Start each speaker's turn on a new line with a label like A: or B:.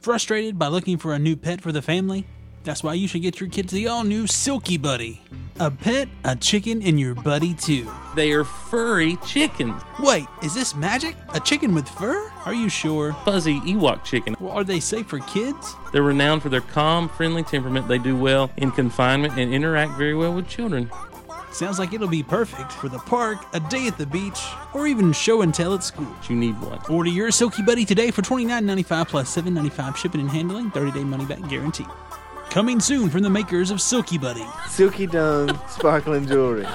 A: Frustrated by looking for a new pet for the family? That's why you should get your kids the all new Silky Buddy. A pet, a chicken, and your buddy too.
B: They are furry chickens.
A: Wait, is this magic? A chicken with fur? Are you sure?
B: Fuzzy Ewok chicken.
A: Well, are they safe for kids?
B: They're renowned for their calm, friendly temperament. They do well in confinement and interact very well with children.
A: Sounds like it'll be perfect for the park, a day at the beach, or even show and tell at school.
B: But you need one.
A: Order your Silky Buddy today for $29.95 plus $7.95 shipping and handling, 30 day money back guarantee. Coming soon from the makers of Silky Buddy.
C: Silky Dung Sparkling Jewelry.